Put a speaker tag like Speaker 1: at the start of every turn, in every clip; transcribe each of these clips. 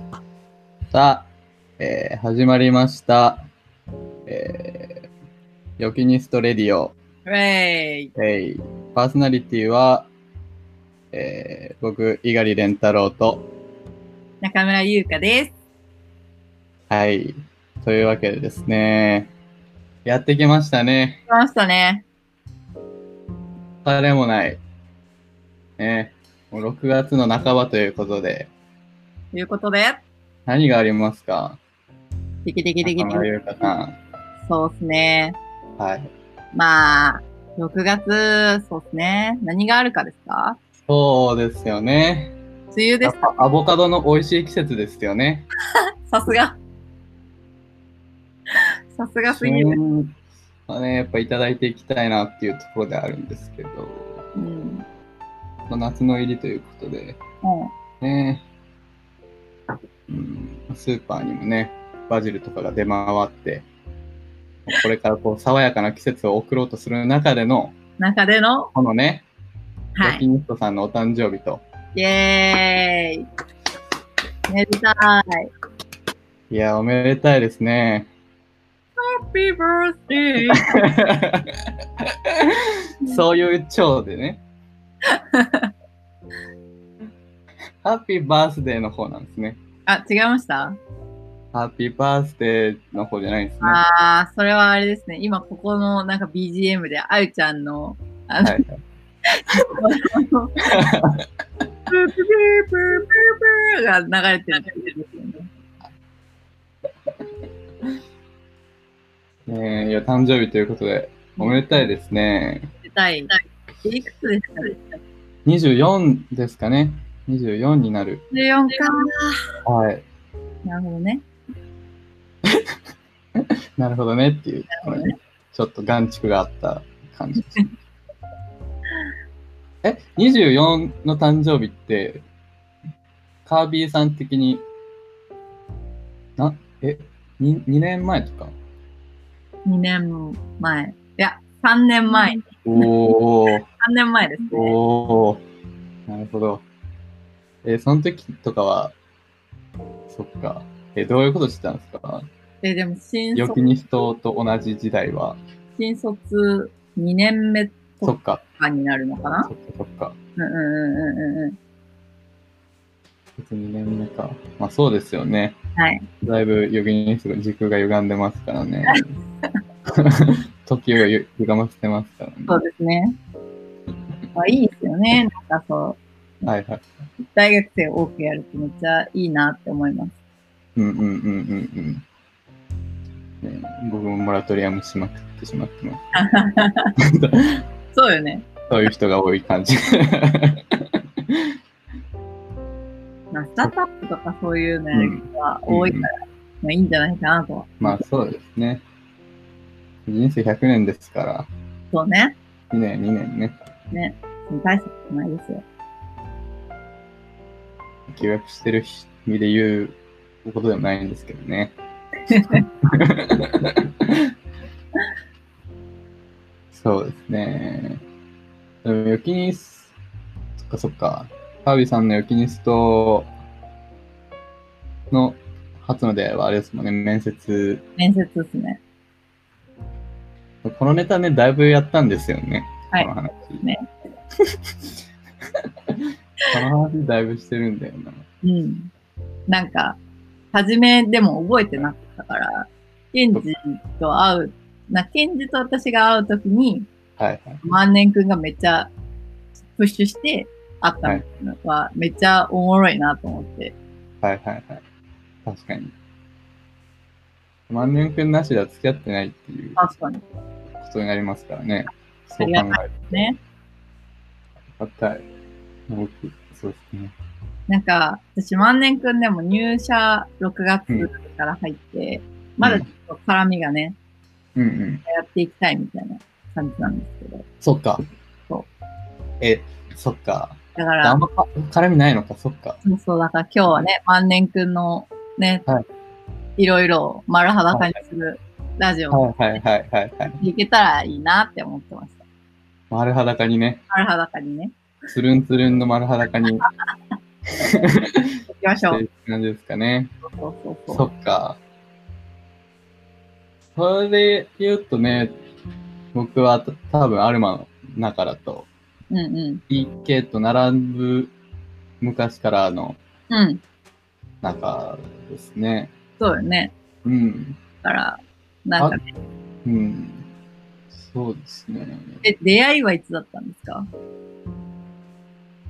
Speaker 1: した。えー始まりました。えー、ヨキニストレディオ。
Speaker 2: ウェイ
Speaker 1: えいパーソナリティは、えー僕、猪狩蓮太郎と、
Speaker 2: 中村優香です。
Speaker 1: はい。というわけでですね、やってきましたね。
Speaker 2: 来ましたね。
Speaker 1: 疲れもない。ね、もう6月の半ばということで、
Speaker 2: ということで、
Speaker 1: 何がありますか
Speaker 2: テキテキテキテ
Speaker 1: 中
Speaker 2: キ。
Speaker 1: 村優香さん。
Speaker 2: そうっすね。
Speaker 1: はい。
Speaker 2: まあ、6月、そうっすね。何があるかですか
Speaker 1: そうですよね。
Speaker 2: 梅雨で
Speaker 1: やっ
Speaker 2: す。
Speaker 1: ぱアボカドの美味しい季節ですよね。
Speaker 2: さすが。 さすがすぎる。
Speaker 1: 旬はね、やっぱいただいていきたいなっていうところであるんですけど、
Speaker 2: うん。うん。
Speaker 1: まあ夏の入りということで、ね、うん、スーパーにもね、バジルとかが出回って、これからこう爽やかな季節を送ろうとする中での、
Speaker 2: 中での、
Speaker 1: このね、
Speaker 2: は
Speaker 1: 焼き
Speaker 2: い。
Speaker 1: ニストさんのお誕生日と、
Speaker 2: イェーイ。めでたい。
Speaker 1: いや、おめでたいですね。
Speaker 2: Happy birthday!
Speaker 1: そういう蝶でね。ハッピーバースデーの方なんですね。
Speaker 2: あ、違いました
Speaker 1: ハッピーバースデーの方じゃないんですね。は
Speaker 2: ああ、それはあれですね。今、ここのなんか BGM で、あゆちゃんの、あの、
Speaker 1: い。
Speaker 2: プープープープープーが流れてるんですよね。
Speaker 1: えー、いや、誕生日ということで、おめでたいですね。
Speaker 2: 出たい。いくつでしたか
Speaker 1: 24ですかね。24になる。
Speaker 2: ?14 か。
Speaker 1: はい。
Speaker 2: なるほどね。
Speaker 1: なるほどねっていう、こ
Speaker 2: ほど
Speaker 1: れ
Speaker 2: ね
Speaker 1: ね、ちょっと眼蓄があった感じですね。 え、24の誕生日って、カービィさん的に、な、え、に 2, 年前とか
Speaker 2: 2年前。いや、3年前。3
Speaker 1: おー。
Speaker 2: 年前ですね。
Speaker 1: おお、なるほど。えーその時とかは、そっか。えーどういうことしてたんですか
Speaker 2: え、でも新
Speaker 1: ヨ
Speaker 2: 卒
Speaker 1: キ、ニストと同じ時代は、
Speaker 2: 新卒2年目と
Speaker 1: そっか、
Speaker 2: かになるのか
Speaker 1: そっか、
Speaker 2: な
Speaker 1: そっか。
Speaker 2: うんうんうんうんうん。
Speaker 1: 別に2年目か。まあそうですよね。
Speaker 2: はい。
Speaker 1: だいぶヨキニスト時空が歪んでますからね。 時をゆ歪ませてますからね。
Speaker 2: そうですね。まあ、いいですよね。なんかそう。
Speaker 1: はいはい。
Speaker 2: 大学生多くやるってめっちゃいいなって思います。
Speaker 1: うんうんうんうんうん。ね、僕もモラトリアムしまくってしまってます。
Speaker 2: そうよね。
Speaker 1: そういう人が多い感じ。
Speaker 2: まあ、スタートアップとかそういう
Speaker 1: う
Speaker 2: ね、
Speaker 1: ん
Speaker 2: が多いから、まあ、いいんじゃないかなとは。
Speaker 1: まあそうですね。人生100年ですから、
Speaker 2: そうね。
Speaker 1: 2年、2年ね、
Speaker 2: ね。大したことないですよ。
Speaker 1: 休学してる身で言うことでもないんですけど ね。そうですね。でも、ヨキニス、そっかそっか、カービィさんのヨキニストの初の出会いはあれですもんね、面接。
Speaker 2: 面接ですね。
Speaker 1: このネタね、だいぶやったんですよね。
Speaker 2: はい
Speaker 1: この 話。
Speaker 2: ね
Speaker 1: この話だいぶしてるんだよな。
Speaker 2: うん。なんか、初めでも覚えてなかったから、ケンジと会う、な、ケンジと私が会うときに、
Speaker 1: はいはい。
Speaker 2: 万年くんがめっちゃプッシュして会ったのは、めっちゃおもろいなと思って。
Speaker 1: はいはいはい。確かに。万年くんなしでは付き合ってないっていうこ
Speaker 2: 確かに
Speaker 1: とになりますからね。そ
Speaker 2: あ
Speaker 1: う考
Speaker 2: り
Speaker 1: え
Speaker 2: が
Speaker 1: る
Speaker 2: たね。
Speaker 1: と。あったい。僕、そうですね。
Speaker 2: なんか、私、万年くんでも入社6
Speaker 1: うん
Speaker 2: 月から入って、まだちょっと絡みがね、
Speaker 1: うんうん。
Speaker 2: やっていきたいみたいな感じなんですけど。
Speaker 1: そっか。
Speaker 2: そう
Speaker 1: え、そっか。
Speaker 2: だか
Speaker 1: あ
Speaker 2: ら
Speaker 1: ん、まか絡みないのか、そっか。
Speaker 2: そうそう、だから今日はね、万年くんのね、、
Speaker 1: はい
Speaker 2: ろいろ丸裸にするラジオを
Speaker 1: はいはいはいはいはい。
Speaker 2: いけたらいいなって思ってました。
Speaker 1: 丸裸にね。
Speaker 2: 丸裸にね、
Speaker 1: つるんつるんの丸裸に。
Speaker 2: きましょ
Speaker 1: っ
Speaker 2: う。
Speaker 1: て感じですかね。
Speaker 2: そうそうそう。
Speaker 1: そっか。それで言うとね、僕はた多分アルマの中だと、
Speaker 2: うんうん。
Speaker 1: EK と並ぶ昔からの
Speaker 2: うん。
Speaker 1: 中ですね。
Speaker 2: そうよね。
Speaker 1: うん。
Speaker 2: だから、なんか、
Speaker 1: うん。そうですね。
Speaker 2: え、出会いはいつだったんですか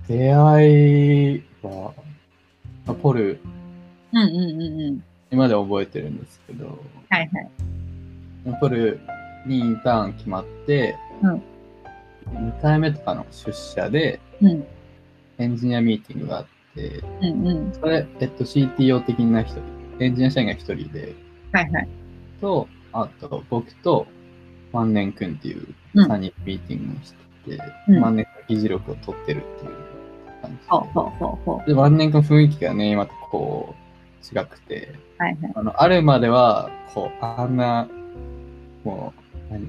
Speaker 1: 出会いは、まあポル、
Speaker 2: うんうんうんうん。
Speaker 1: 今では覚えてるんですけど、
Speaker 2: はいはい。
Speaker 1: ポルにインターン決まって、
Speaker 2: うん
Speaker 1: 2回目とかの出社で
Speaker 2: うん。
Speaker 1: エンジニアミーティングがあって、
Speaker 2: うんうん。
Speaker 1: それ、えっと、CTO 的な人、エンジニア社員が1人で、
Speaker 2: はいはい。
Speaker 1: と、あと、僕と、万年くんっていう
Speaker 2: うん
Speaker 1: 3人ミーティングをしてて、
Speaker 2: うん
Speaker 1: 万年くんの議事録を取ってるっていう感
Speaker 2: ほう
Speaker 1: じ
Speaker 2: ほうほうほう。
Speaker 1: で。で、万年くん雰囲気がね、またこう、違くて、
Speaker 2: はいはい。
Speaker 1: あの、あるまでは、こう、あんな、もう、何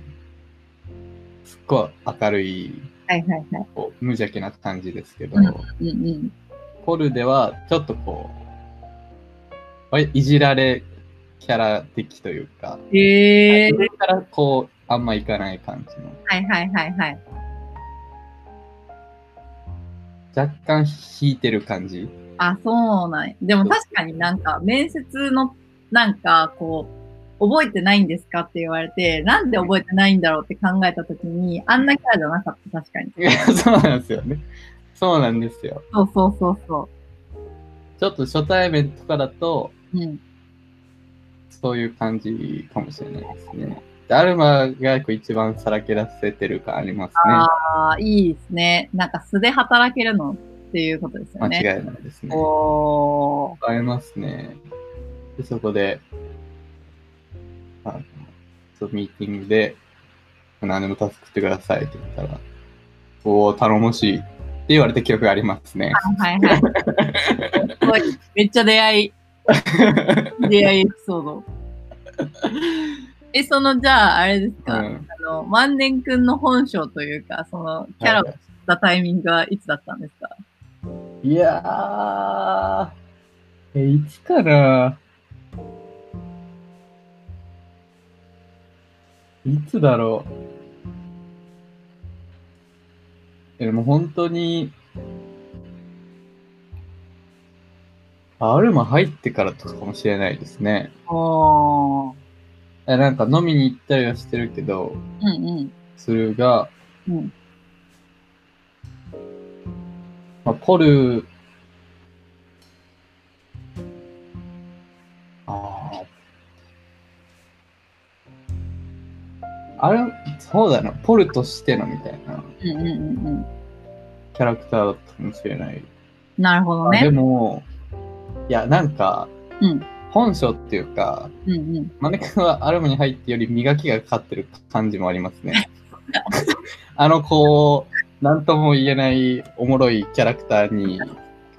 Speaker 1: すっごい明るい、
Speaker 2: はいはいは
Speaker 1: こう無邪気な感じですけど、
Speaker 2: い。うんうん。
Speaker 1: ポルでは、ちょっとこう、わりいじられキャラ的というか、
Speaker 2: ええー。
Speaker 1: 上からこう、あんまいかない感じの、
Speaker 2: はいはいはいはい。
Speaker 1: 若干引いてる感じ。
Speaker 2: あ、そうなんや。でも確かになんか、面接の、なんか、こう、覚えてないんですかって言われて、なんで覚えてないんだろうって考えたときに、あんなキャラじゃなかった、確かに。
Speaker 1: いやそうなんですよね。そうなんですよ。
Speaker 2: そうそうそうそ
Speaker 1: ちょっと初対面とかだと、
Speaker 2: う。うん。
Speaker 1: そういう感じかもしれないですね。でアルマがこう一番さらけ出せてる感ありますね。
Speaker 2: ああ、いいですね。なんか素で働けるのっていうことですよね。
Speaker 1: 間違いないですね。
Speaker 2: おー
Speaker 1: ありますね。で、そこで、あの、そうミーティングで、何でもタスクってくださいって言ったら、おお、頼もしいって言われた記憶がありますね。
Speaker 2: はいはい。すごいめっちゃ出会い、出会いエピソード。え、その、じゃあ、あれです
Speaker 1: う
Speaker 2: か、
Speaker 1: ん。
Speaker 2: あの、万年くんの本性というか、その、キャラを知ったタイミングはいつだったんですか、
Speaker 1: いやー、え、いつから、いつだろう。え、もう本当に、アルマ入ってからとかかもしれないですね。
Speaker 2: おー。
Speaker 1: え、なんか飲みに行ったりはしてるけど、
Speaker 2: うんうん。
Speaker 1: するが、
Speaker 2: うん
Speaker 1: まあ、ポル、ああ。あれ、そうだな、ポルとしてのみたいな
Speaker 2: うんうんうんうん。
Speaker 1: キャラクターだったかもしれない。
Speaker 2: なるほど
Speaker 1: あで
Speaker 2: ね。
Speaker 1: も、いや、なんか、
Speaker 2: うん
Speaker 1: 本性っていうか、
Speaker 2: うんうん。
Speaker 1: マネ君はアルムに入ってより磨きがかかってる感じもありますね。あの、こう、なんとも言えないおもろいキャラクターに、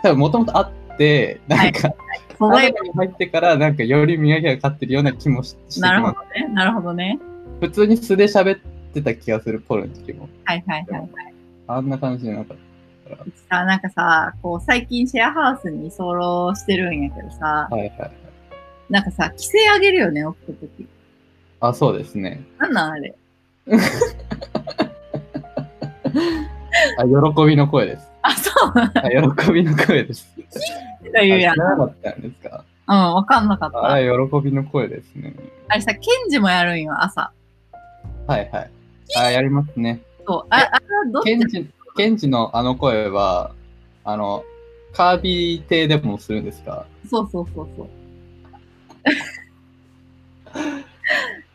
Speaker 1: 多分もともとあって、なんか、
Speaker 2: 素
Speaker 1: ア
Speaker 2: 材
Speaker 1: ルムに入ってから、なんかより磨きがかかってるような気もししてき
Speaker 2: なるほ
Speaker 1: ま
Speaker 2: どね。なるほどね。
Speaker 1: す。普通に素で喋ってた気がする、ポルの時も。
Speaker 2: はいはいはい。
Speaker 1: あんな感じじゃなかっ
Speaker 2: さ、なんかさ、こう最近シェアハウスに居候してるんやけどさ
Speaker 1: た。、はいはい。
Speaker 2: なんかさ、規制上げるよね、送った時。
Speaker 1: あ、そうですね。
Speaker 2: なんなんあれ。
Speaker 1: あ、喜びの声です。
Speaker 2: あ、そうなん
Speaker 1: あ、喜びの声です。
Speaker 2: だ言うや
Speaker 1: あ
Speaker 2: ん。
Speaker 1: 知
Speaker 2: う
Speaker 1: らなかったんですか
Speaker 2: ん、わかんなかった。
Speaker 1: あ
Speaker 2: あ
Speaker 1: れ、喜びの声ですね。
Speaker 2: れさ、ケンジもやるんよ、朝。
Speaker 1: はいはい。あやりますね。
Speaker 2: そう。ああれはどっ
Speaker 1: ケ
Speaker 2: ち
Speaker 1: ンジ、ケンジのあの声は、あの、カービィ亭でもするんですか
Speaker 2: そうそうそうそう。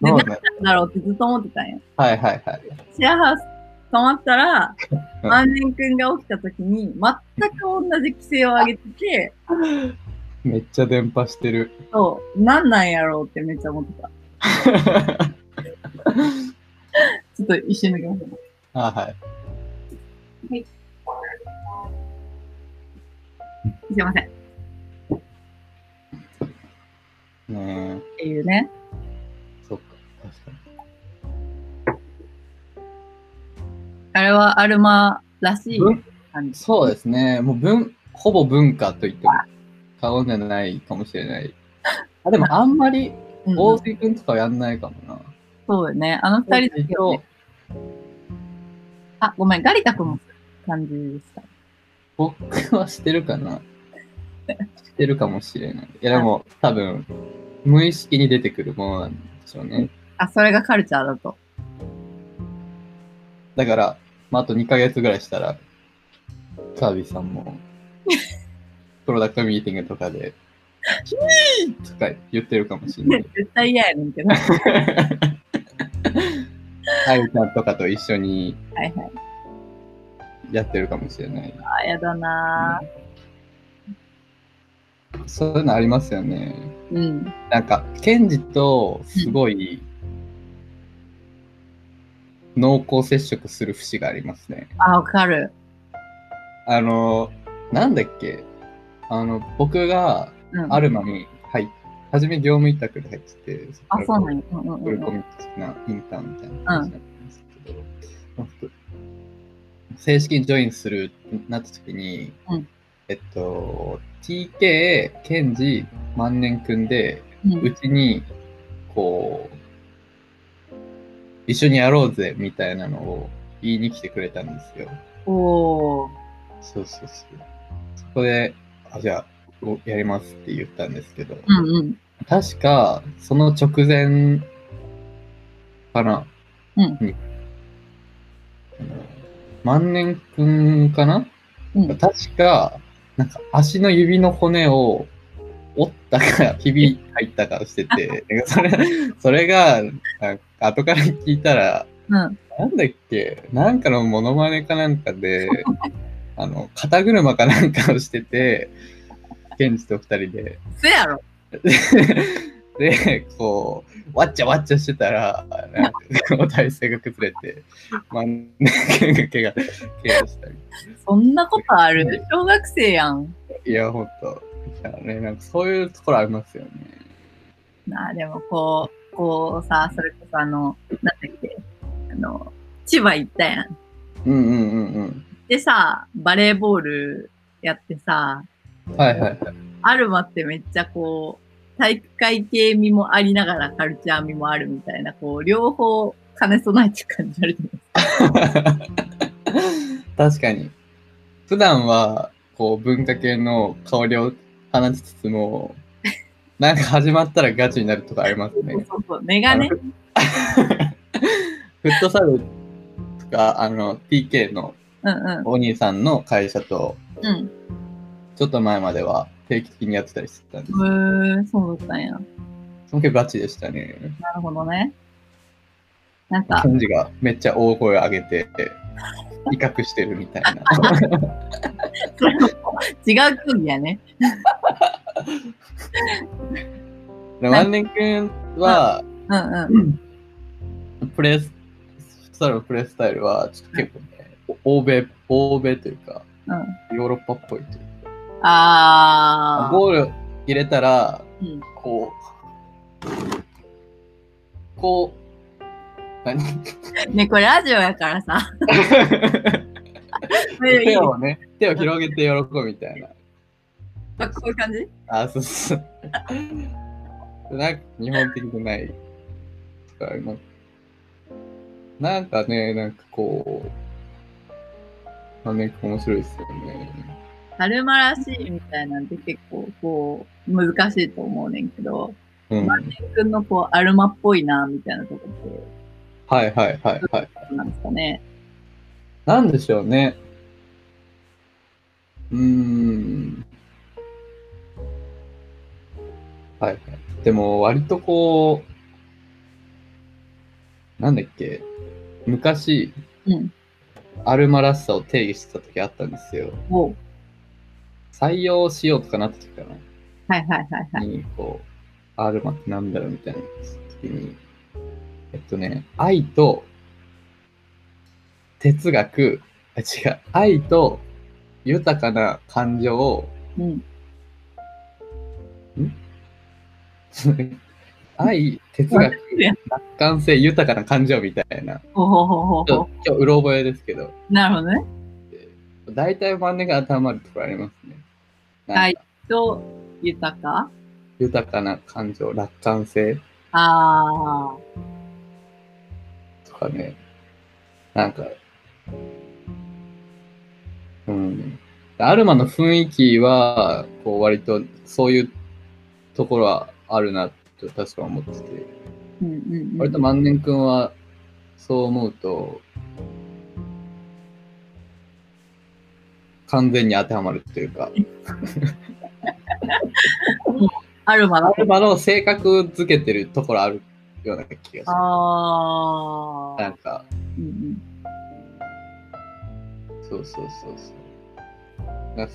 Speaker 2: で
Speaker 1: そうね。
Speaker 2: なんだろうってずっと思ってたんや。
Speaker 1: はいはいはい。
Speaker 2: シェアハウス泊まったら、
Speaker 1: うん
Speaker 2: 万年くんが起きた時に、全く同じ規制を上げてて、
Speaker 1: めっちゃ電波してる。
Speaker 2: そう、なんなんやろうってめっちゃ思ってた。ちょっと一瞬だけ待って。
Speaker 1: あはい。
Speaker 2: すいません。っ
Speaker 1: ねえ、
Speaker 2: ていうね。
Speaker 1: そっか、確かに。
Speaker 2: あれはアルマらしい
Speaker 1: 文
Speaker 2: 感じ。
Speaker 1: そうですね。もう文、ほぼ文化と言っても買うんじゃないかもしれない。あ、でもあんまり、
Speaker 2: うん
Speaker 1: 大杉くんとかはやんないかもな。
Speaker 2: そうよね。あの二人だけ、ね。あ、ごめん。ガリタ君も感じでした。
Speaker 1: 僕はしてるかな。してるかもしれない。いや、でも多分、無意識に出てくるものなんでしょうね。
Speaker 2: あ、それがカルチャーだと。
Speaker 1: だから、まあ、あと2ヶ月ぐらいしたら、カービィさん も、プロダクトミーティングとかで、とか言ってるかもしれない。
Speaker 2: 絶対嫌やねんけど。はい
Speaker 1: あゆちゃんとかと一緒に
Speaker 2: はい。
Speaker 1: やってるかもしれない。
Speaker 2: あ、やだな
Speaker 1: そういうのありますよね。
Speaker 2: ぁ。うん。
Speaker 1: なんか、ケンジとすごい濃厚接触する節がありますね。
Speaker 2: あ、わかる。
Speaker 1: あの、なんだっけ、あの、僕が
Speaker 2: うん。
Speaker 1: アルマに入っ初め業務委託で入ってて、
Speaker 2: あ、そう
Speaker 1: の
Speaker 2: なんや。うんうん
Speaker 1: プ
Speaker 2: う
Speaker 1: ル
Speaker 2: ん
Speaker 1: コ
Speaker 2: うん。
Speaker 1: ミックなインターンみたいな感じだったんですけど、まあ正式にジョインするってなった時に、
Speaker 2: うん
Speaker 1: えっと、TK、ケンジ、万年くんで、
Speaker 2: うん
Speaker 1: うちに、こう、一緒にやろうぜみたいなのを言いに来てくれたんですよ。
Speaker 2: おー。
Speaker 1: そうそうそう。そこで、あ、じゃあ、おやりますって言ったんですけど、
Speaker 2: うんうん。
Speaker 1: 確か、その直前かな。
Speaker 2: うん
Speaker 1: に。あの万年くんかな、
Speaker 2: うん
Speaker 1: 確か、なんか足の指の骨を折ったか、ひび入ったかして て、それ、それが、なんか後から聞いたら、
Speaker 2: うん。
Speaker 1: なんだっけ、なんかのモノマネかなんかで、あの、肩車かなんかをしてて、ケンジと二人で、
Speaker 2: せやろ。
Speaker 1: で、こう、わっちゃわっちゃしてたら、なんか、こう体勢が崩れて、まあ、ね、怪我、怪我怪我したり。
Speaker 2: そんなことある小学生やん。
Speaker 1: いや、ほんと。だからね、なんかそういうところありますよね。
Speaker 2: なあ、でもこう、こうさ、それこそあの、なんだっけ、あの、千葉行ったやん。
Speaker 1: うんうんうん
Speaker 2: でさ、バレーボールやってさ、
Speaker 1: うん。はいはいはい。
Speaker 2: アルマってめっちゃこう、体育会系味もありながらカルチャー味もあるみたいな、こう、両方兼ね備えてる感じあるじゃないですか。
Speaker 1: 確かに。普段は、こう、文化系の香りを放ちつつも、なんか始まったらガチになるとかありますね。
Speaker 2: そうそう、メガネ。
Speaker 1: フットサルとか、あの、TK の
Speaker 2: うんう
Speaker 1: お兄さんの会社と、
Speaker 2: ん。うん。
Speaker 1: ちょっと前までは定期的にやってたりしてたんです。
Speaker 2: うー、そうだったんや。
Speaker 1: その結構ガチでしたね。
Speaker 2: なるほどね。なんか
Speaker 1: ケ、ンジがめっちゃ大声を上げて、威嚇してるみたいな。
Speaker 2: それも違う競技やね。
Speaker 1: で万年くんは、
Speaker 2: うんうん。
Speaker 1: プレス、フットサルのプレースタイルは、ちょっと結構ね、欧米、欧米というか、
Speaker 2: うん。
Speaker 1: ヨーロッパっぽいというか
Speaker 2: あー。
Speaker 1: ゴール入れたら、
Speaker 2: うん
Speaker 1: こう、こう、 何
Speaker 2: ね、これラジオやからさ。これいい
Speaker 1: 手をね、手を広げて喜ぶみたいな。
Speaker 2: あこういう感じ
Speaker 1: あ、そうそう。なんか日本的じゃないとかあります。なんかね、なんかこう、まあね、面白いですよね。
Speaker 2: 春馬らしいみたいなんて結構こう難しいと思うねんけど、
Speaker 1: うん。はい
Speaker 2: 自分のこうアルマっぽいなみたいなとこって
Speaker 1: はいはいはい。
Speaker 2: どうなんですかね。
Speaker 1: なんでしょうね。うーん。はいはい。でも、割とこう、なんだっけ、昔、
Speaker 2: うん。
Speaker 1: アルマらしさを定義してた時あったんですよ。
Speaker 2: おう
Speaker 1: 採用しようとかなった時か
Speaker 2: はいはいはい
Speaker 1: な。
Speaker 2: はい。
Speaker 1: に、こう、アルマってなんだろうみたいな時に、えっとね、愛と哲学、あ違う、愛と豊かな感情を、
Speaker 2: うん。
Speaker 1: 愛、哲学、楽観性、豊かな感情みたいな。
Speaker 2: ほうほうほうほう
Speaker 1: ち
Speaker 2: ほ
Speaker 1: ょっと今日、うろ覚えですけど、
Speaker 2: う。なるほどね。
Speaker 1: 大体真似が当てはまるところありますね。なんか
Speaker 2: はいと、豊か
Speaker 1: 豊かな感情、楽観性
Speaker 2: ああ、
Speaker 1: とかね、なんか、うん。アルマの雰囲気は、こう割とそういうところはあるなと確か思ってて、
Speaker 2: うんうん、うん。
Speaker 1: 割と万年くんはそう思うと、完全に当てはまるっていうか、
Speaker 2: アルマだ
Speaker 1: アルマの性格づけてるところあるような気がす
Speaker 2: あ
Speaker 1: る。
Speaker 2: あ、
Speaker 1: なんか、
Speaker 2: うんうん、
Speaker 1: そうそうそうそう。なんか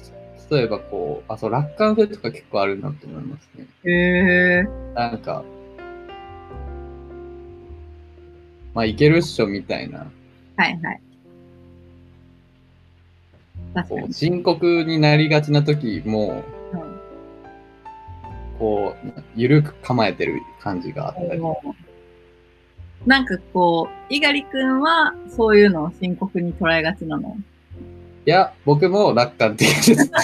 Speaker 1: 例えばこう、あ、そう、楽観性とか結構あるなと思いますね。
Speaker 2: へえ
Speaker 1: なんか、まあ、いけるっしょみたいな、
Speaker 2: はいはい。確か
Speaker 1: こ
Speaker 2: に
Speaker 1: う、。深刻になりがちな時も、
Speaker 2: うん
Speaker 1: こう、ゆるく構えてる感じがあったり。
Speaker 2: なんかこう、猪狩くんはそういうのを深刻に捉えがちなの。
Speaker 1: いや、僕も楽観的です。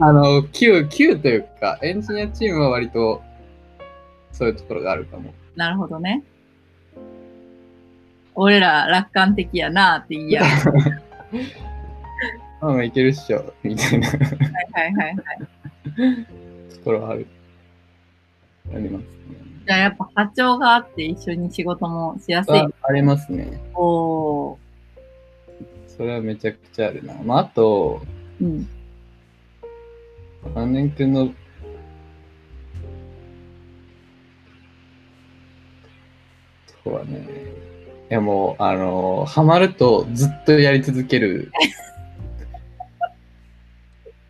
Speaker 1: あの、Q、Q というか、エンジニアチームは割と、そういうところがあるかも。
Speaker 2: なるほどね。俺ら楽観的やなって言い や。はい
Speaker 1: まあまあ、いけるっしょ、みたいなと
Speaker 2: はいはい。
Speaker 1: ころはある。ありますね。
Speaker 2: じゃあやっぱ波長があって一緒に仕事もしやすい
Speaker 1: あ。ありますね。
Speaker 2: おー。
Speaker 1: それはめちゃくちゃあるな。まあ、あと、
Speaker 2: うん。
Speaker 1: 万年くんの、とこはね、いやもう、あのハマるとずっとやり続ける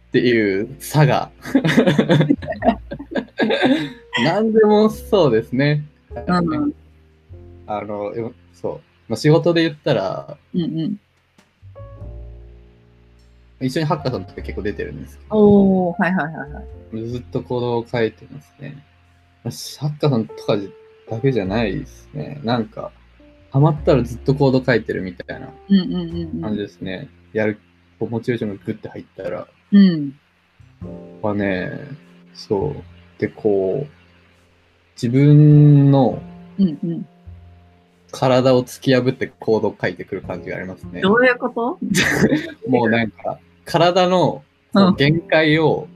Speaker 1: っていう差が。 何でもそうですね。
Speaker 2: うんうん
Speaker 1: あの、でもそう。まあ、仕事で言ったら、
Speaker 2: うん。
Speaker 1: 一緒にハッカソンとか結構出てるんですけど、
Speaker 2: おー。はいはいはいはい。
Speaker 1: ずっと行動を書いてますね。サッカーさんとかだけじゃないですね。なんか、ハマったらずっとコード書いてるみたいな
Speaker 2: うんうんうん
Speaker 1: 感じですね。やる、こうモチベーションがグッて入ったら、
Speaker 2: うん。うん。
Speaker 1: はね、そう。で、こう、自分の
Speaker 2: うんうん。
Speaker 1: 体を突き破ってコードを書いてくる感じがありますね。
Speaker 2: どういうこと
Speaker 1: もうなんか、体の
Speaker 2: うん
Speaker 1: 限界を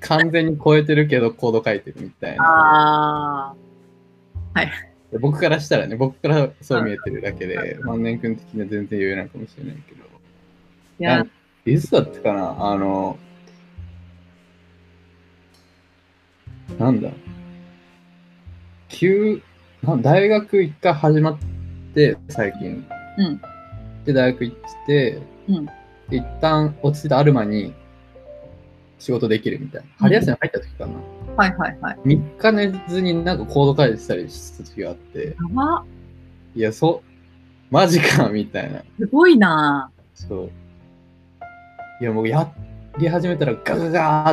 Speaker 1: 完全に超えてるけどコード書いてるみたいな。
Speaker 2: あ
Speaker 1: で僕からしたらね、僕からそう見えてるだけで、万年君的には全然言えないかもしれないけど、
Speaker 2: ー。いや、
Speaker 1: なんいつだったかな、あの、なんだ、急、な大学一回始まって、最近。
Speaker 2: うん
Speaker 1: で、大学行って、
Speaker 2: うん
Speaker 1: で一旦落ち着いたアルマに仕事できるみたいな。春休み入った時かな。
Speaker 2: はいはいはい。
Speaker 1: 三3日寝ずになんかコード書いてたりした時があって、
Speaker 2: やば。
Speaker 1: いや、そう、マジか、みたいな。
Speaker 2: すごいな
Speaker 1: そう。いや、もうやり始めたらガガガー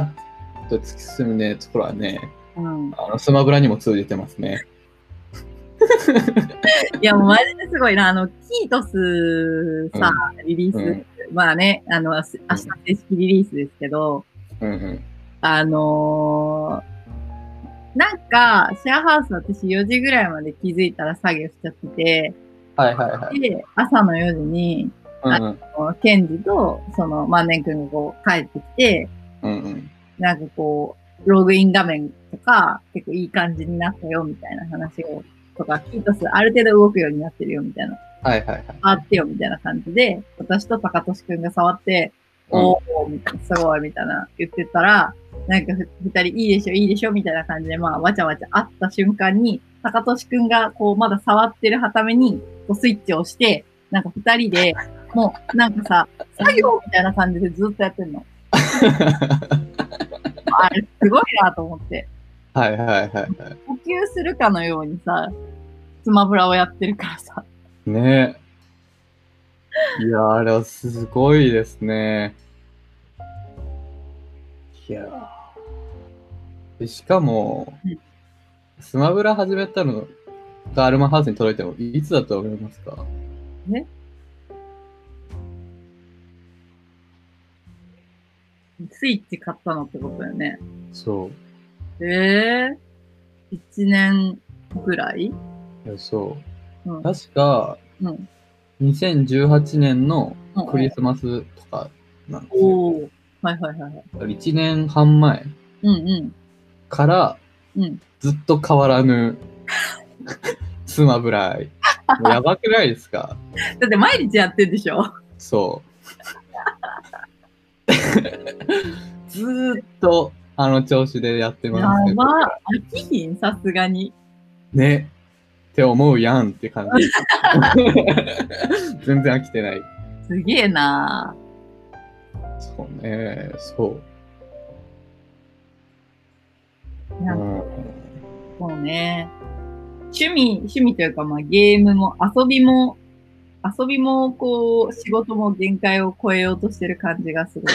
Speaker 1: ッと突き進むね、ところはね、
Speaker 2: ぁうん。
Speaker 1: あのスマブラにも通じてますね。
Speaker 2: いや、もうマジですごいな。あの、キートスさ、リリース、
Speaker 1: うん
Speaker 2: まあね、あの、す明日正式リリースですけど、
Speaker 1: うんうん。
Speaker 2: あのーなんか、シェアハウス私4時ぐらいまで気づいたら作業しちゃってて、
Speaker 1: はいはいはい。
Speaker 2: で、朝の4時に、
Speaker 1: うんうん。
Speaker 2: あのケンジと、その、万年くんがこう帰ってきて、
Speaker 1: うんうん。
Speaker 2: なんかこう、ログイン画面とか、結構いい感じになったよ、みたいな話を、とか、キートスある程度動くようになってるよ、みたいな。
Speaker 1: はいはいはい。
Speaker 2: あってよみたいな感じで、私と高俊くんが触って、おー、みたいな、すごい、みたいな言ってたら、なんかふ二人いいでしょ、いいでしょ、みたいな感じで、まあ、わちゃわちゃあった瞬間に、高俊くんが、こう、まだ触ってるはために、こう、スイッチを押して、なんか二人で、もう、なんかさ、作業みたいな感じでずっとやってんの。あれ、すごいなと思って。
Speaker 1: はいはいはいは
Speaker 2: 呼吸するかのようにさ、スマブラをやってるからさ。
Speaker 1: い。ねえ。いやー、あれはすごいですね。いやーでしかも
Speaker 2: うん、
Speaker 1: スマブラ始めたのがアルマハウスに届いてもいつだと思いますか
Speaker 2: えスイッチ買ったのってことだよね。
Speaker 1: そ。
Speaker 2: ええ一年ぐらいう
Speaker 1: いやそうう。
Speaker 2: ん。
Speaker 1: 確か、
Speaker 2: うん。
Speaker 1: 2018年のクリ
Speaker 2: ス
Speaker 1: スマスとかなんですよ。
Speaker 2: おお。はいはいはいはい。
Speaker 1: 1年半前
Speaker 2: うんうん。
Speaker 1: から
Speaker 2: うん。
Speaker 1: ずっと変わらぬスマブライ。もうやばくないですか
Speaker 2: だって毎日やってるでしょ
Speaker 1: そう。 ずーっとあの調子でやって
Speaker 2: や
Speaker 1: ますけど
Speaker 2: ば。飽きひんさすがに。
Speaker 1: ね。って思うやんって感じ。 全然飽きてない。
Speaker 2: すげえな
Speaker 1: そうね。そう。
Speaker 2: ぁ。なんか
Speaker 1: うん
Speaker 2: そうね。趣味、趣味というか、まあゲームも遊びも、遊びもこう、仕事も限界を超えようとしてる感じがすごい。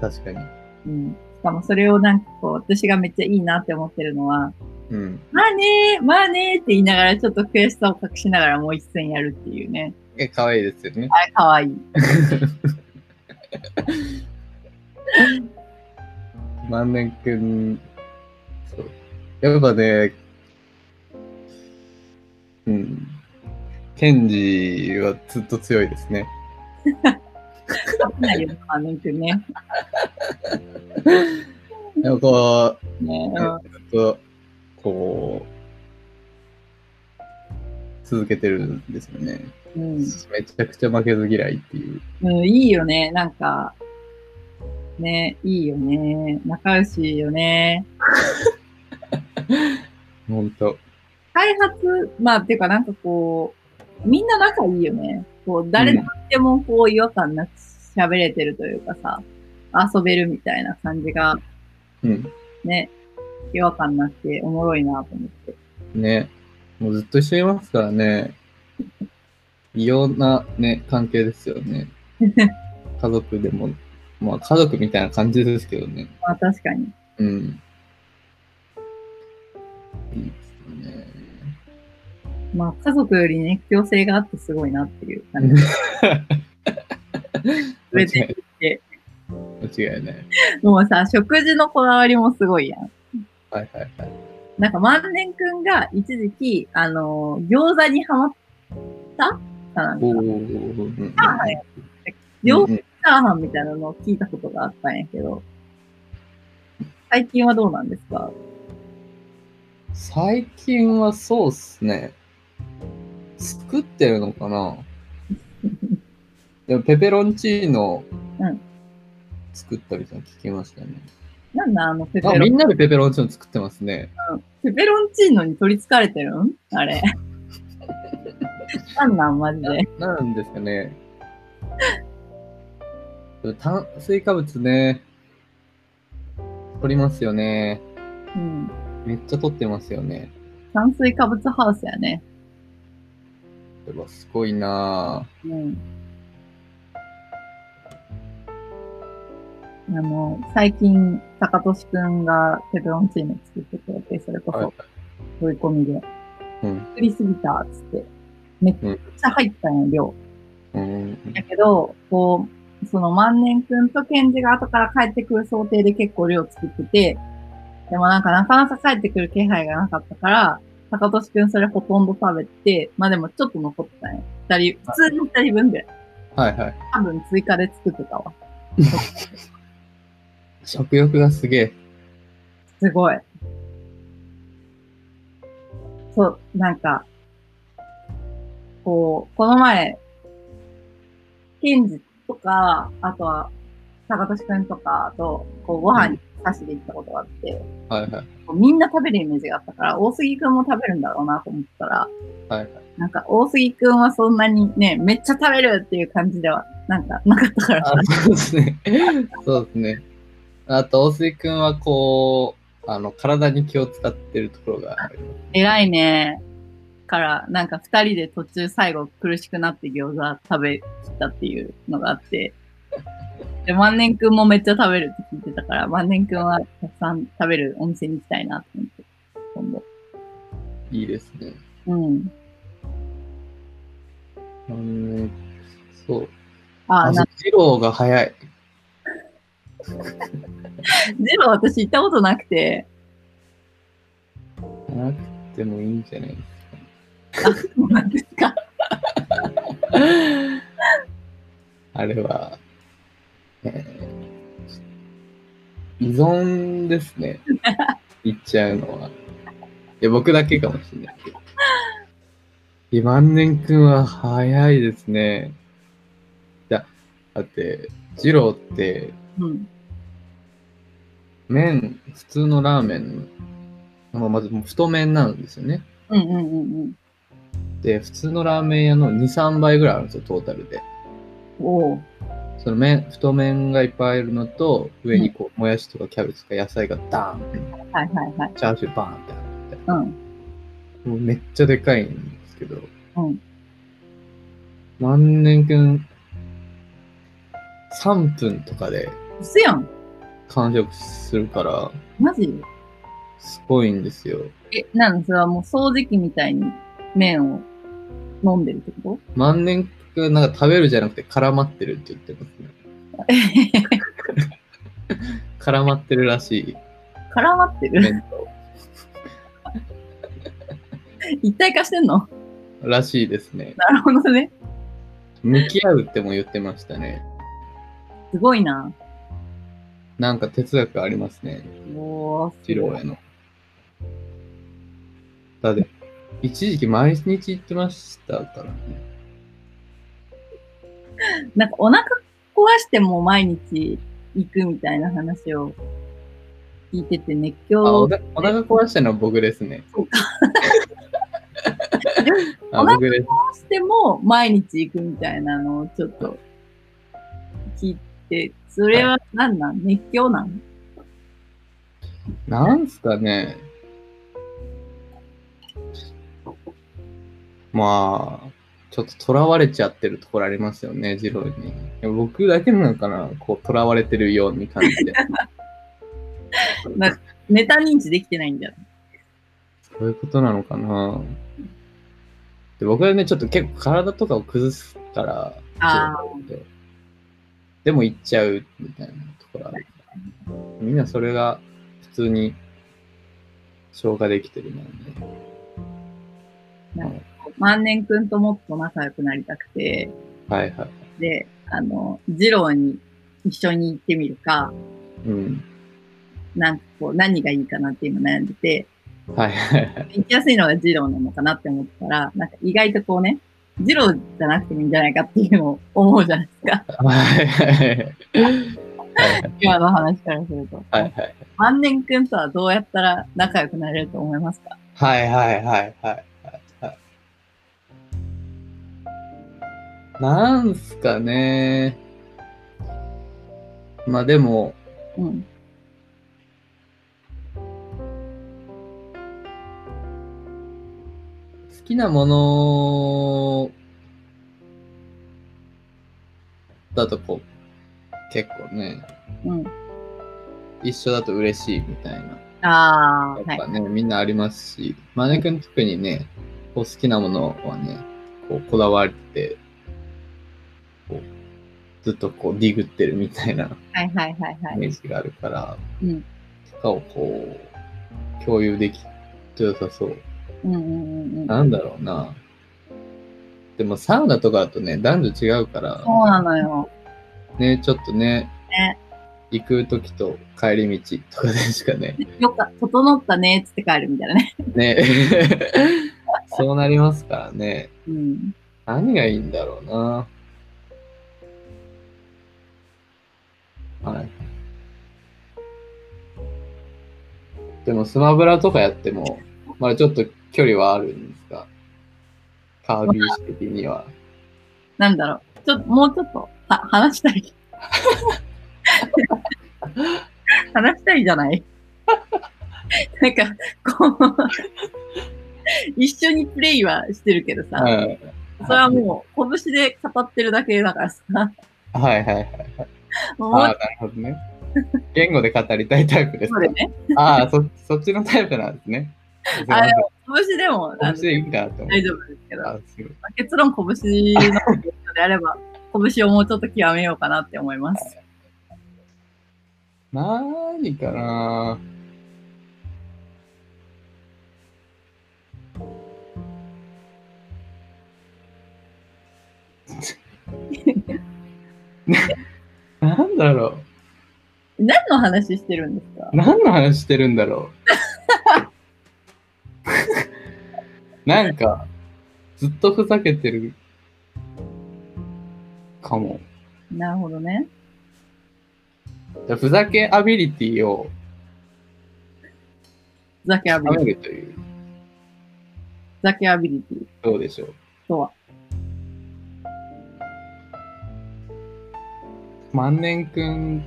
Speaker 1: 確かに。
Speaker 2: うん。しかもそれをなんかこう、私がめっちゃいいなって思ってるのは、
Speaker 1: うん。
Speaker 2: まあねー、まあねーって言いながらちょっと悔しさを隠しながらもう一戦やるっていうね。
Speaker 1: え、可愛いですよね。
Speaker 2: あれかわいい。
Speaker 1: 万年くん、そう。やっぱね、うん。ケンジはずっと強いですね。
Speaker 2: 勝てないよ、あのくね。
Speaker 1: でもこ
Speaker 2: ね
Speaker 1: う、
Speaker 2: うん
Speaker 1: ずっと、こう、続けてるんですよね。
Speaker 2: うん
Speaker 1: めちゃくちゃ負けず嫌いっていう。
Speaker 2: うん、いいよね、なんか。ね、いいよね。仲良しよね。
Speaker 1: ほんと。
Speaker 2: 開発、まあ、っていうかなんかこう、みんな仲いいよね。こう、誰とでもこう、違和感なく喋れてるというかさ、遊べるみたいな感じが、
Speaker 1: うん。
Speaker 2: ね、違和感なくておもろいなと思って。
Speaker 1: ね。もうずっと一緒にいますからね。異様なね、関係ですよね。家族でも、まあ家族みたいな感じですけどね。
Speaker 2: まあ、確かに。
Speaker 1: うん。いいですね。
Speaker 2: まあ、家族より熱狂性があってすごいなっていう感じ。
Speaker 1: 間
Speaker 2: れ
Speaker 1: 違
Speaker 2: で
Speaker 1: いない。間違いない。
Speaker 2: もうさ、食事のこだわりもすごいやん。
Speaker 1: はいはいはい。
Speaker 2: なんか万年くんが一時期、あのー餃子にハマったかなんか
Speaker 1: おー。うん
Speaker 2: チャーハンやってて餃子チャーハンみたいなのを聞いたことがあったんやけど、最近はどうなんですか
Speaker 1: 最近はそうっすね。作ってるのかなでもペペロンチーノ
Speaker 2: うん
Speaker 1: 作ったみたいなの聞きましたね。
Speaker 2: なんだあのペペ
Speaker 1: あ、
Speaker 2: ロ
Speaker 1: み
Speaker 2: ン、
Speaker 1: んなでペペロンチーノ作ってますね。
Speaker 2: ペペロンチーノに取り憑かれてるん あれ。なんなんマジで。
Speaker 1: なんですかね。でも炭水化物ね。取りますよね。
Speaker 2: うん。
Speaker 1: めっちゃ取ってますよね。
Speaker 2: 炭水化物ハウスやね。
Speaker 1: やっぱすごいな
Speaker 2: うん。あの、最近、高俊くんがペペロンチーノ作ってくれて、それこ
Speaker 1: ぁ。はい
Speaker 2: そ、追い込みで。
Speaker 1: うん
Speaker 2: 作りすぎたっつって、めっちゃ入ったんよ、
Speaker 1: う
Speaker 2: 量。
Speaker 1: ん。
Speaker 2: だけど、こう、その万年くんとケンジが後から帰ってくる想定で結構量作ってて、でもなんかなかなか帰ってくる気配がなかったから、高俊くんそれほとんど食べて、まあでもちょっと残ってたんよ。二人、普通に二人分で。
Speaker 1: はいはい。
Speaker 2: 多分追加で作ってたわ。
Speaker 1: 食欲がすげえ。
Speaker 2: すごい。そう、なんか、こう、この前、ケンジとか、あとは、高俊くんとかと、こう、ご飯に差しで行ったことがあって、
Speaker 1: はいはい。
Speaker 2: こうみんな食べるイメージがあったから、大杉くんも食べるんだろうなと思ったら、
Speaker 1: はいはい。
Speaker 2: なんか、大杉くんはそんなにね、めっちゃ食べるっていう感じでは、なんか、なかったからさ
Speaker 1: あ、そうですね。そうですね。あと、大杉くんはこう、あの、体に気を使ってるところがある。
Speaker 2: 偉いね。から、なんか二人で途中最後苦しくなって餃子食べきったっていうのがあって。で、万年くんもめっちゃ食べるって聞いてたから、万年くんはたくさん食べるお店に行きたいなと思って。今度。
Speaker 1: いいですね。
Speaker 2: うん。
Speaker 1: あのねそう。
Speaker 2: あ
Speaker 1: ま
Speaker 2: あ、
Speaker 1: ず
Speaker 2: なんか、、
Speaker 1: 二郎が早い。
Speaker 2: ジロー私行ったことなくて、
Speaker 1: なくてもいいんじゃない
Speaker 2: そうなんですか。
Speaker 1: あれは、えー依存ですね。言っちゃうのは。いや、僕だけかもしれないけど。いや万年くんは早いですね。だ、だって、二郎って、
Speaker 2: うん。
Speaker 1: 麺、普通のラーメンの、まずもう太麺なんですよね。
Speaker 2: うんうんうんうん。
Speaker 1: で、普通のラーメン屋の2、3倍ぐらいあるんですよ、トータルで。
Speaker 2: おお。
Speaker 1: その麺、太麺がいっぱいあるのと、上にこう、もやしとかキャベツとか野菜がダーンって、
Speaker 2: はいはいはい。
Speaker 1: チャーシューバーンってあって、
Speaker 2: うん。
Speaker 1: もうめっちゃでかいんですけど、
Speaker 2: うん。
Speaker 1: 万年くん、3分とかで
Speaker 2: 嘘やん。
Speaker 1: 完食するから、
Speaker 2: マジ
Speaker 1: すごいんですよ。
Speaker 2: え、なのそれはもう掃除機みたいに麺を飲んでるってこ
Speaker 1: 万年くん、なんか食べるじゃなくて絡まってるって言ってますね。
Speaker 2: と 絡
Speaker 1: 絡まってるらし
Speaker 2: まって
Speaker 1: い。
Speaker 2: る
Speaker 1: 麺と。
Speaker 2: 一体化してんの
Speaker 1: らしいですね。
Speaker 2: なるほどね。
Speaker 1: 向き合うっても言ってましたね。
Speaker 2: すごいな。
Speaker 1: なんか哲学ありますね。
Speaker 2: おー、
Speaker 1: 二郎への。だって、一時期毎日行ってましたからね。
Speaker 2: なんかお腹壊しても毎日行くみたいな話を聞いてて熱
Speaker 1: あお
Speaker 2: 狂。
Speaker 1: なお腹壊したのは僕ですね。
Speaker 2: そうか
Speaker 1: あ僕です。
Speaker 2: しても毎日行くみたいなのをちょっと聞いて、それは何なん熱狂なん
Speaker 1: なんすかね。まあ、ちょっと囚われちゃってるところありますよね、二郎に。いや僕だけなのかな、こう、囚われてるように感じて。
Speaker 2: メタ認知できてないんだよ。
Speaker 1: そういうことなのかな。で僕はね、ちょっと結構体とかを崩すから、
Speaker 2: あ
Speaker 1: でも行っちゃうみたいなところある。みんなそれが普通に消化できてるもんね。
Speaker 2: 万年くんともっと仲良くなりたくて、
Speaker 1: はいはい。
Speaker 2: で、あの、二郎に一緒に行ってみるか、
Speaker 1: うん。
Speaker 2: なんかこう何がいいかなって今悩んでて、
Speaker 1: はいはいはい。
Speaker 2: 行きやすいのが二郎なのかなって思ったら、なんか意外とこうね、二郎じゃなくてもいいんじゃないかっていうのを思うじゃないですか。
Speaker 1: はいはいはい。
Speaker 2: 今の話からすると。
Speaker 1: はいはい。
Speaker 2: 万年くんとはどうやったら仲良くなれると思いますか
Speaker 1: はいはいはいはいはいはい。なんすかね。まあでも、
Speaker 2: うん。
Speaker 1: 好きなものだとこう、結構ね、
Speaker 2: うん。
Speaker 1: 一緒だと嬉しいみたいな。
Speaker 2: ああ、は
Speaker 1: やっぱ
Speaker 2: い。
Speaker 1: ね、みんなありますし、マネ君特にね、こう好きなものはね、こうこだわって、こうずっとこうディグってるみたいな
Speaker 2: はいはいはいは
Speaker 1: イメ
Speaker 2: い。
Speaker 1: ージがあるから、
Speaker 2: うん。
Speaker 1: とかをこう、共有できると良さそう。
Speaker 2: うんうんうんうん。そ
Speaker 1: なんだろうな。でもサウナとかだとね、男女違うから、
Speaker 2: うなのよ。
Speaker 1: ね、ちょっとね、
Speaker 2: ね
Speaker 1: 行くときと帰り道とかでしかね、
Speaker 2: よか、整ったね、つって帰るみたいなね。
Speaker 1: ね、そうなりますからね。
Speaker 2: うん。
Speaker 1: 何がいいんだろうな。はい。でもスマブラとかやっても、まだちょっと距離はあるんですが、カービィ市的には。
Speaker 2: なんだろう。ちょっと、もうちょっと、は、話したい。話したいじゃないなんか、こう、一緒にプレイはしてるけどさ、
Speaker 1: はい
Speaker 2: それはもう、拳で語ってるだけだからさ、
Speaker 1: はいはいはい。
Speaker 2: も
Speaker 1: ああ、な
Speaker 2: う
Speaker 1: るほどね。言語で語りたいタイプです
Speaker 2: そ
Speaker 1: か
Speaker 2: う。でね、
Speaker 1: ああ、そそっちのタイプなんですね。
Speaker 2: あで拳でもあの
Speaker 1: 面白いいいかなと思っ
Speaker 2: 大
Speaker 1: て。
Speaker 2: 丈夫ですけど、
Speaker 1: あすごい
Speaker 2: まあ結論拳のであれば、拳をもうちょっと極めようかなって思います。
Speaker 1: 何かな なんだろ
Speaker 2: 何の話してるんですか
Speaker 1: う何の話してるんだろうなんかずっとふざけてるかも
Speaker 2: なるほどね。
Speaker 1: じゃあふざけアビリティを
Speaker 2: ザケアビ
Speaker 1: 高
Speaker 2: リティ。
Speaker 1: めるという
Speaker 2: ザケアビリティ
Speaker 1: どうでしょう
Speaker 2: とは。
Speaker 1: 万年くん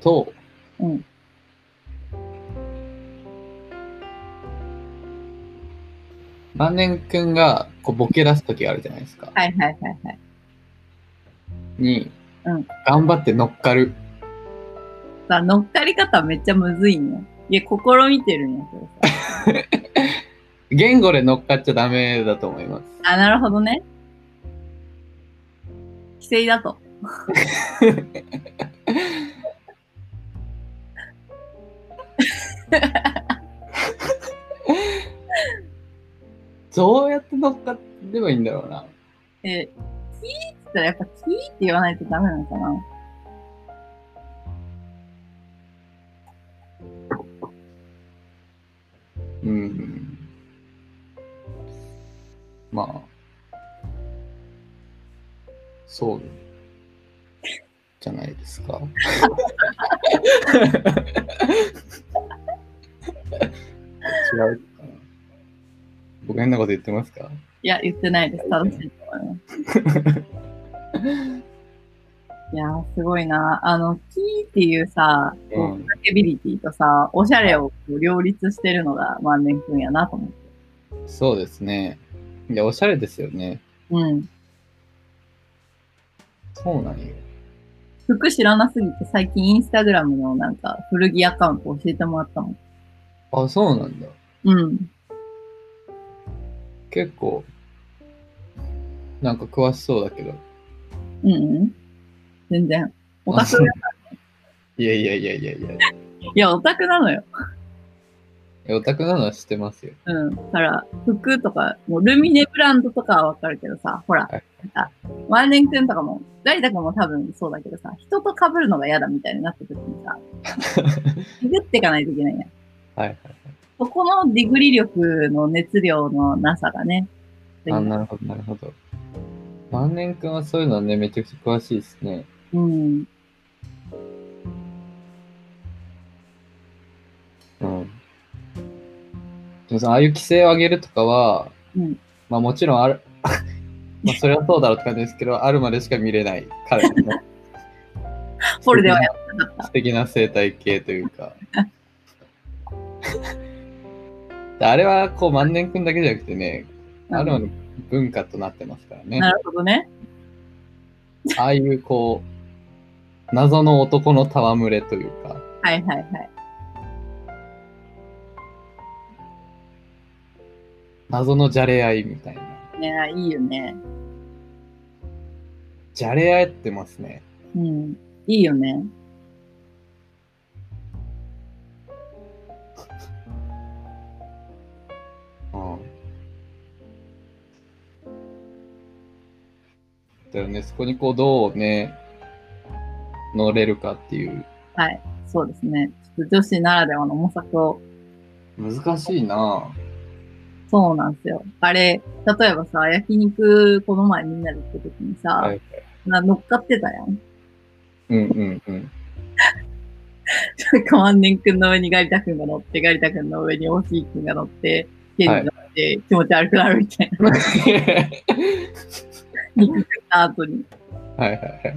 Speaker 1: と、
Speaker 2: うん
Speaker 1: 万年くんがこうボケ出すときあるじゃないですか。
Speaker 2: はいはいはいはい。
Speaker 1: に、
Speaker 2: うん
Speaker 1: 頑張って乗っかる。
Speaker 2: さあ、乗っかり方めっちゃむずいんや。いや、試みてるんや、それさ。
Speaker 1: 言語で乗っかっちゃダメだと思います。
Speaker 2: あ、なるほどね。規制だと。
Speaker 1: どうやって乗っかればいいんだろうな。
Speaker 2: え、キーって言ったらやっぱキーって言わないとダメなのかな
Speaker 1: うん。まあ。そう。じゃないですか。 違うかな。僕変なこと言ってますか
Speaker 2: いや、言ってないです。正しいと思います。 いやー、すごいな。あの、キーっていうさ、
Speaker 1: う
Speaker 2: こ
Speaker 1: ん
Speaker 2: う。アビリティとさ、おしゃれをこう両立してるのが万年くんやなと思って。
Speaker 1: そうですね。いや、おしゃれですよね。
Speaker 2: うん。
Speaker 1: そうなんよ。
Speaker 2: 服知らなすぎて最近インスタグラムのなんか古着アカウント教えてもらったもん。
Speaker 1: あ、そうなんだ。
Speaker 2: うん。
Speaker 1: 結構、なんか詳しそうだけど。
Speaker 2: うんうん。全然。オタク、
Speaker 1: いやいやいやいやいや。
Speaker 2: いや、オタクなのよ。
Speaker 1: いやオタクなのは知ってますよ。
Speaker 2: うん。だから、服とか、もうルミネブランドとかはわかるけどさ、ほら
Speaker 1: はい、
Speaker 2: なんか、万年くんとかも、誰だかも多分そうだけどさ、人と被るのが嫌だみたいになった時 にさ、ディグっていかないといけないやん。
Speaker 1: はいはい。
Speaker 2: そこのディグリ力の熱量のなさがね、
Speaker 1: あ、なるほど、なるほど。万年くんはそういうのはね、めちゃくちゃ詳しいですね。
Speaker 2: うん。
Speaker 1: うん。でもさ、ああいう規制を上げるとかは、
Speaker 2: うん
Speaker 1: まあもちろんある、 まあそれはそうだろうって感じですけど、あるまでしか見れない彼の
Speaker 2: フォルではや
Speaker 1: 素敵な生態系というか。であれはこう万年くんだけじゃなくてね、あるまで文化となってますからね。
Speaker 2: なるほどね。
Speaker 1: ああいうこう、謎の男の戯れというか、
Speaker 2: はいはいはい。
Speaker 1: 謎のじゃれ合いみたいな。
Speaker 2: ねいいよね。
Speaker 1: じゃれ合ってますね。
Speaker 2: うん。いいよね。
Speaker 1: うん。だよね、そこにこう、どうね、乗れるかっていう。
Speaker 2: そうですね。ちょっと女子ならではの模索を
Speaker 1: 難しいなぁ
Speaker 2: そうなんですよ。あれ、例えばさ、焼肉、この前みんなで行った時にさ、
Speaker 1: はい
Speaker 2: な乗っかってたやん。
Speaker 1: うんうんうん。
Speaker 2: なんか万年くんの上にガリタくんが乗って、ガリタくんの上に大きいくんが乗って、ケンジが乗って、気持ち悪くなるみたい な。肉食った後に。
Speaker 1: はいはいはい。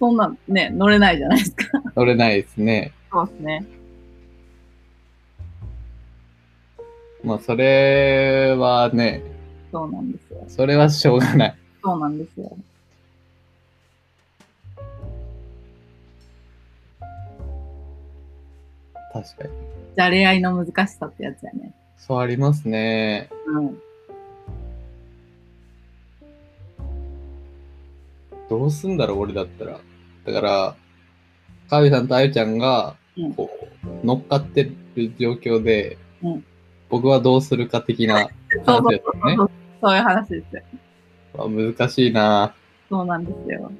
Speaker 2: そんなんね、乗れないじゃないですか。
Speaker 1: 乗れないですね。
Speaker 2: そうですね。
Speaker 1: まあ、それはね、
Speaker 2: そうなんですよ。
Speaker 1: それはしょうがない。
Speaker 2: そうなんですよ。
Speaker 1: 確かに。
Speaker 2: じゃれ合いの難しさってやつやね。
Speaker 1: そうありますね。
Speaker 2: うん。
Speaker 1: どうすんだろう、俺だったら。だから、川辺さんとあゆちゃんが
Speaker 2: うん、
Speaker 1: こう、乗っかってる状況で、
Speaker 2: うん
Speaker 1: 僕はどうするか的な
Speaker 2: そ
Speaker 1: 話
Speaker 2: うそう
Speaker 1: ですよね
Speaker 2: そ。うそういう話ですよ。
Speaker 1: あ難しいな
Speaker 2: そうなんですよ。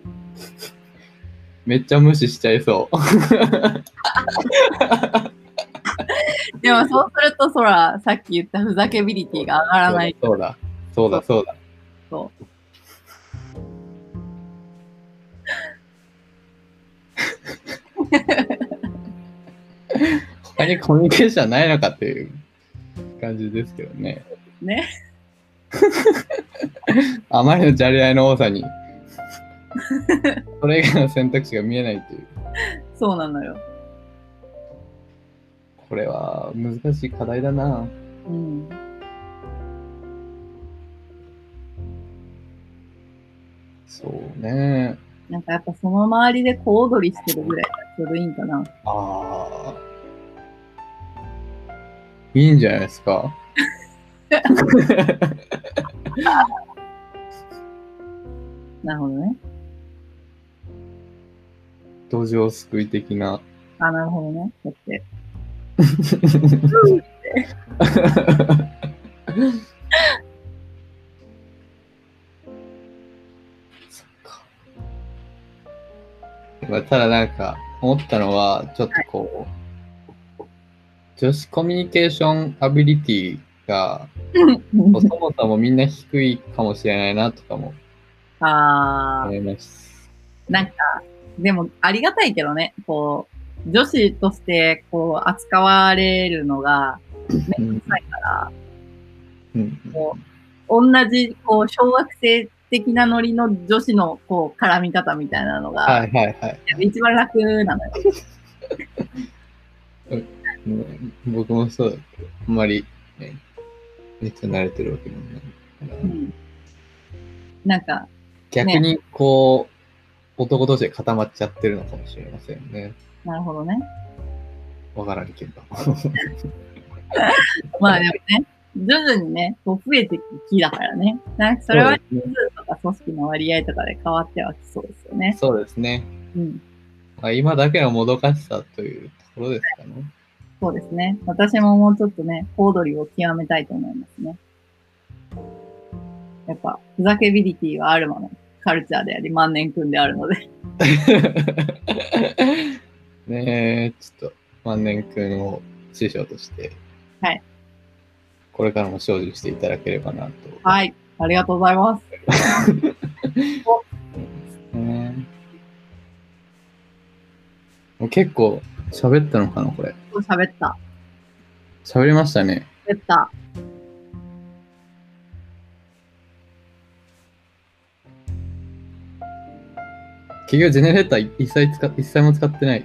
Speaker 1: めっちゃ無視しちゃいそう。
Speaker 2: でもそうすると、そら、さっき言ったふざけビリティが上がらない
Speaker 1: そうだ、そうだ、そうだ。
Speaker 2: と。
Speaker 1: 他にコミュニケーションないのかっていう感じですけどね。
Speaker 2: ね。
Speaker 1: あまりのじゃれ合いの多さに、それ以外の選択肢が見えないという、
Speaker 2: そうなのよ。
Speaker 1: これは難しい課題だな
Speaker 2: うん。
Speaker 1: そうね。
Speaker 2: なんかやっぱその周りで小踊りしてるぐらいがちょうどいいんかな。
Speaker 1: ああ。いいんじゃないですか。
Speaker 2: なるほどね。
Speaker 1: 土壌救い的な。
Speaker 2: あ、なるほどね。だって。
Speaker 1: そっかまあただなんか思ったのはちょっとこう女子コミュニケーションアビリティがそもそもみんな低いかもしれないなとかも
Speaker 2: ああ
Speaker 1: 思、います。
Speaker 2: なんか、でもありがたいけどね。こう、女子としてこう扱われるのが、
Speaker 1: う
Speaker 2: めん
Speaker 1: ん
Speaker 2: どくさいから、
Speaker 1: うん
Speaker 2: こう、同じ、こう、小学生的なノリの女子の、こう、絡み方みたいなのが、
Speaker 1: はいはいはい。
Speaker 2: 一番楽なのよ。
Speaker 1: うん僕もそうだけど、あんまり、ね、めっちゃ慣れてるわけでもないから。
Speaker 2: うん。なんか、
Speaker 1: 逆にこう、男同士で固まっちゃってるのかもしれませんね。
Speaker 2: なるほどね。
Speaker 1: わからんけど。
Speaker 2: まあでもね、徐々にね、こう増えていく気だからね。なんかそれは
Speaker 1: そうですね
Speaker 2: 人数とか組織の割合とかで変わってはきそうですよね。
Speaker 1: そうですね。
Speaker 2: うん。
Speaker 1: まあ、今だけのもどかしさというところですかね。
Speaker 2: そうですね。私ももうちょっとね、小踊りを極めたいと思いますね。やっぱ、ふざけビリティはあるもの。カルチャーであり、万年君であるので。
Speaker 1: ねえ、ちょっと万年くんを師匠として、
Speaker 2: はい。
Speaker 1: これからも精進していただければなと。
Speaker 2: はい。ありがとうございます。
Speaker 1: ねもう結構喋ったのかな、これ。
Speaker 2: 喋った。
Speaker 1: 喋りましたね。
Speaker 2: 喋った。
Speaker 1: 企業ジェネレーター一切使っ一切も使ってない。